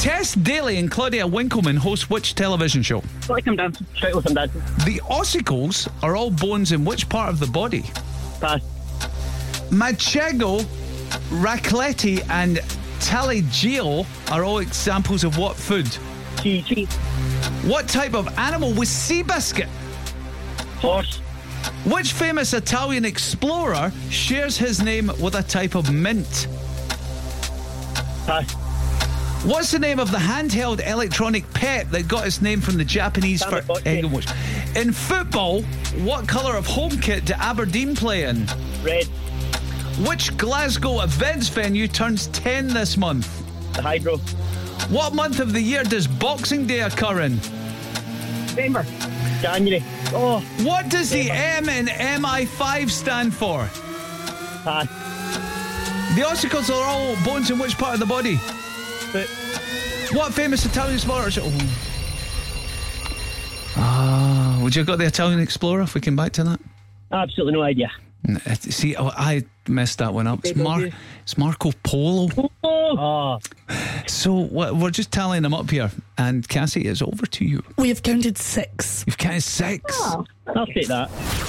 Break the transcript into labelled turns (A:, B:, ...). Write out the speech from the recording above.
A: Tess Daly and Claudia Winkleman host which television show?
B: Strictly come dancing. Strictly come dancing.
A: The ossicles are all bones in which part of the body?
B: Pass.
A: Manchego, raclette, and taleggio are all examples of what food?
B: Cheese. Cheese.
A: What type of animal was Seabiscuit?
B: Horse.
A: Which famous Italian explorer shares his name with a type of mint?
B: Pass.
A: What's the name of the handheld electronic pet that got its name from the Japanese for
B: Tamagotchi.
A: egg and watch? In football, what colour of home kit do Aberdeen play in?
B: Red.
A: Which Glasgow events venue turns 10 this month?
B: The hydro.
A: What month of the year does Boxing Day occur in?
B: November. January. Oh.
A: What does the M in MI5 stand for?
B: Pass.
A: The ossicles are all bones in which part of the body?
B: Foot.
A: What famous Italian explorer? Oh. Ah, would you have got the Italian explorer if we came back to that?
B: Absolutely no idea.
A: N- it- See, oh, I messed that one up. It's,
B: Big old
A: Mar-
B: you.
A: it's Marco Polo.
B: Oh.
A: So we're we're just tallying them up here. And Cassie, it's over to you.
C: We have counted six.
A: You've counted six.
B: I'll take that.